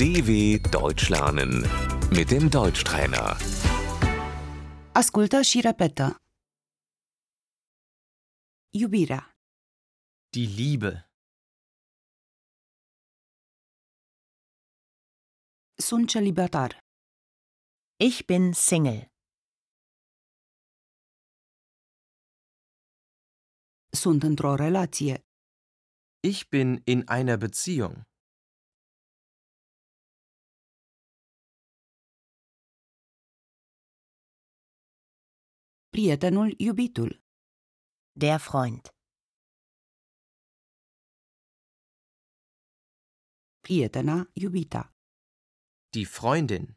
DW Deutsch lernen mit dem Deutschtrainer. Ascultă și repetă. Iubirea, Die Liebe. sunt celibatar, Ich bin Single. sunt într-o relație, Ich bin in einer Beziehung. prietenul iubitul, Der Freund. prietena iubita, Die Freundin.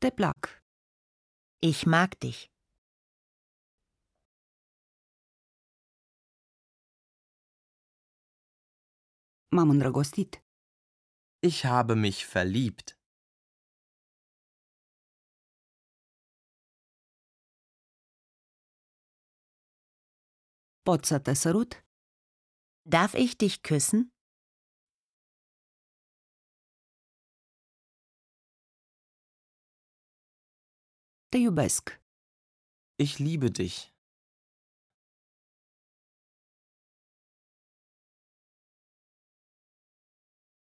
te plac, Ich mag dich. m-am îndrăgostit, Ich habe mich verliebt. pot să te sărut, Darf ich dich küssen? te iubesc, Ich liebe dich.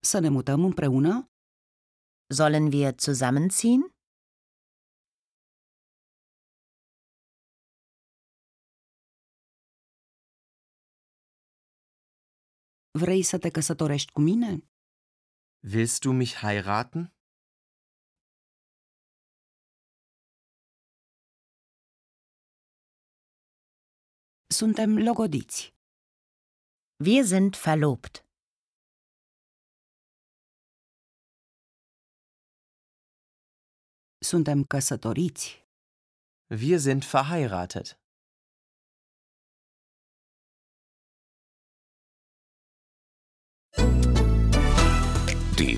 să ne mutăm împreună, Sollen wir zusammenziehen? vrei să te căsătorești cu mine? Willst du mich heiraten? Suntem logodiți, Wir sind verlobt. suntem căsătoriți, Wir sind verheiratet.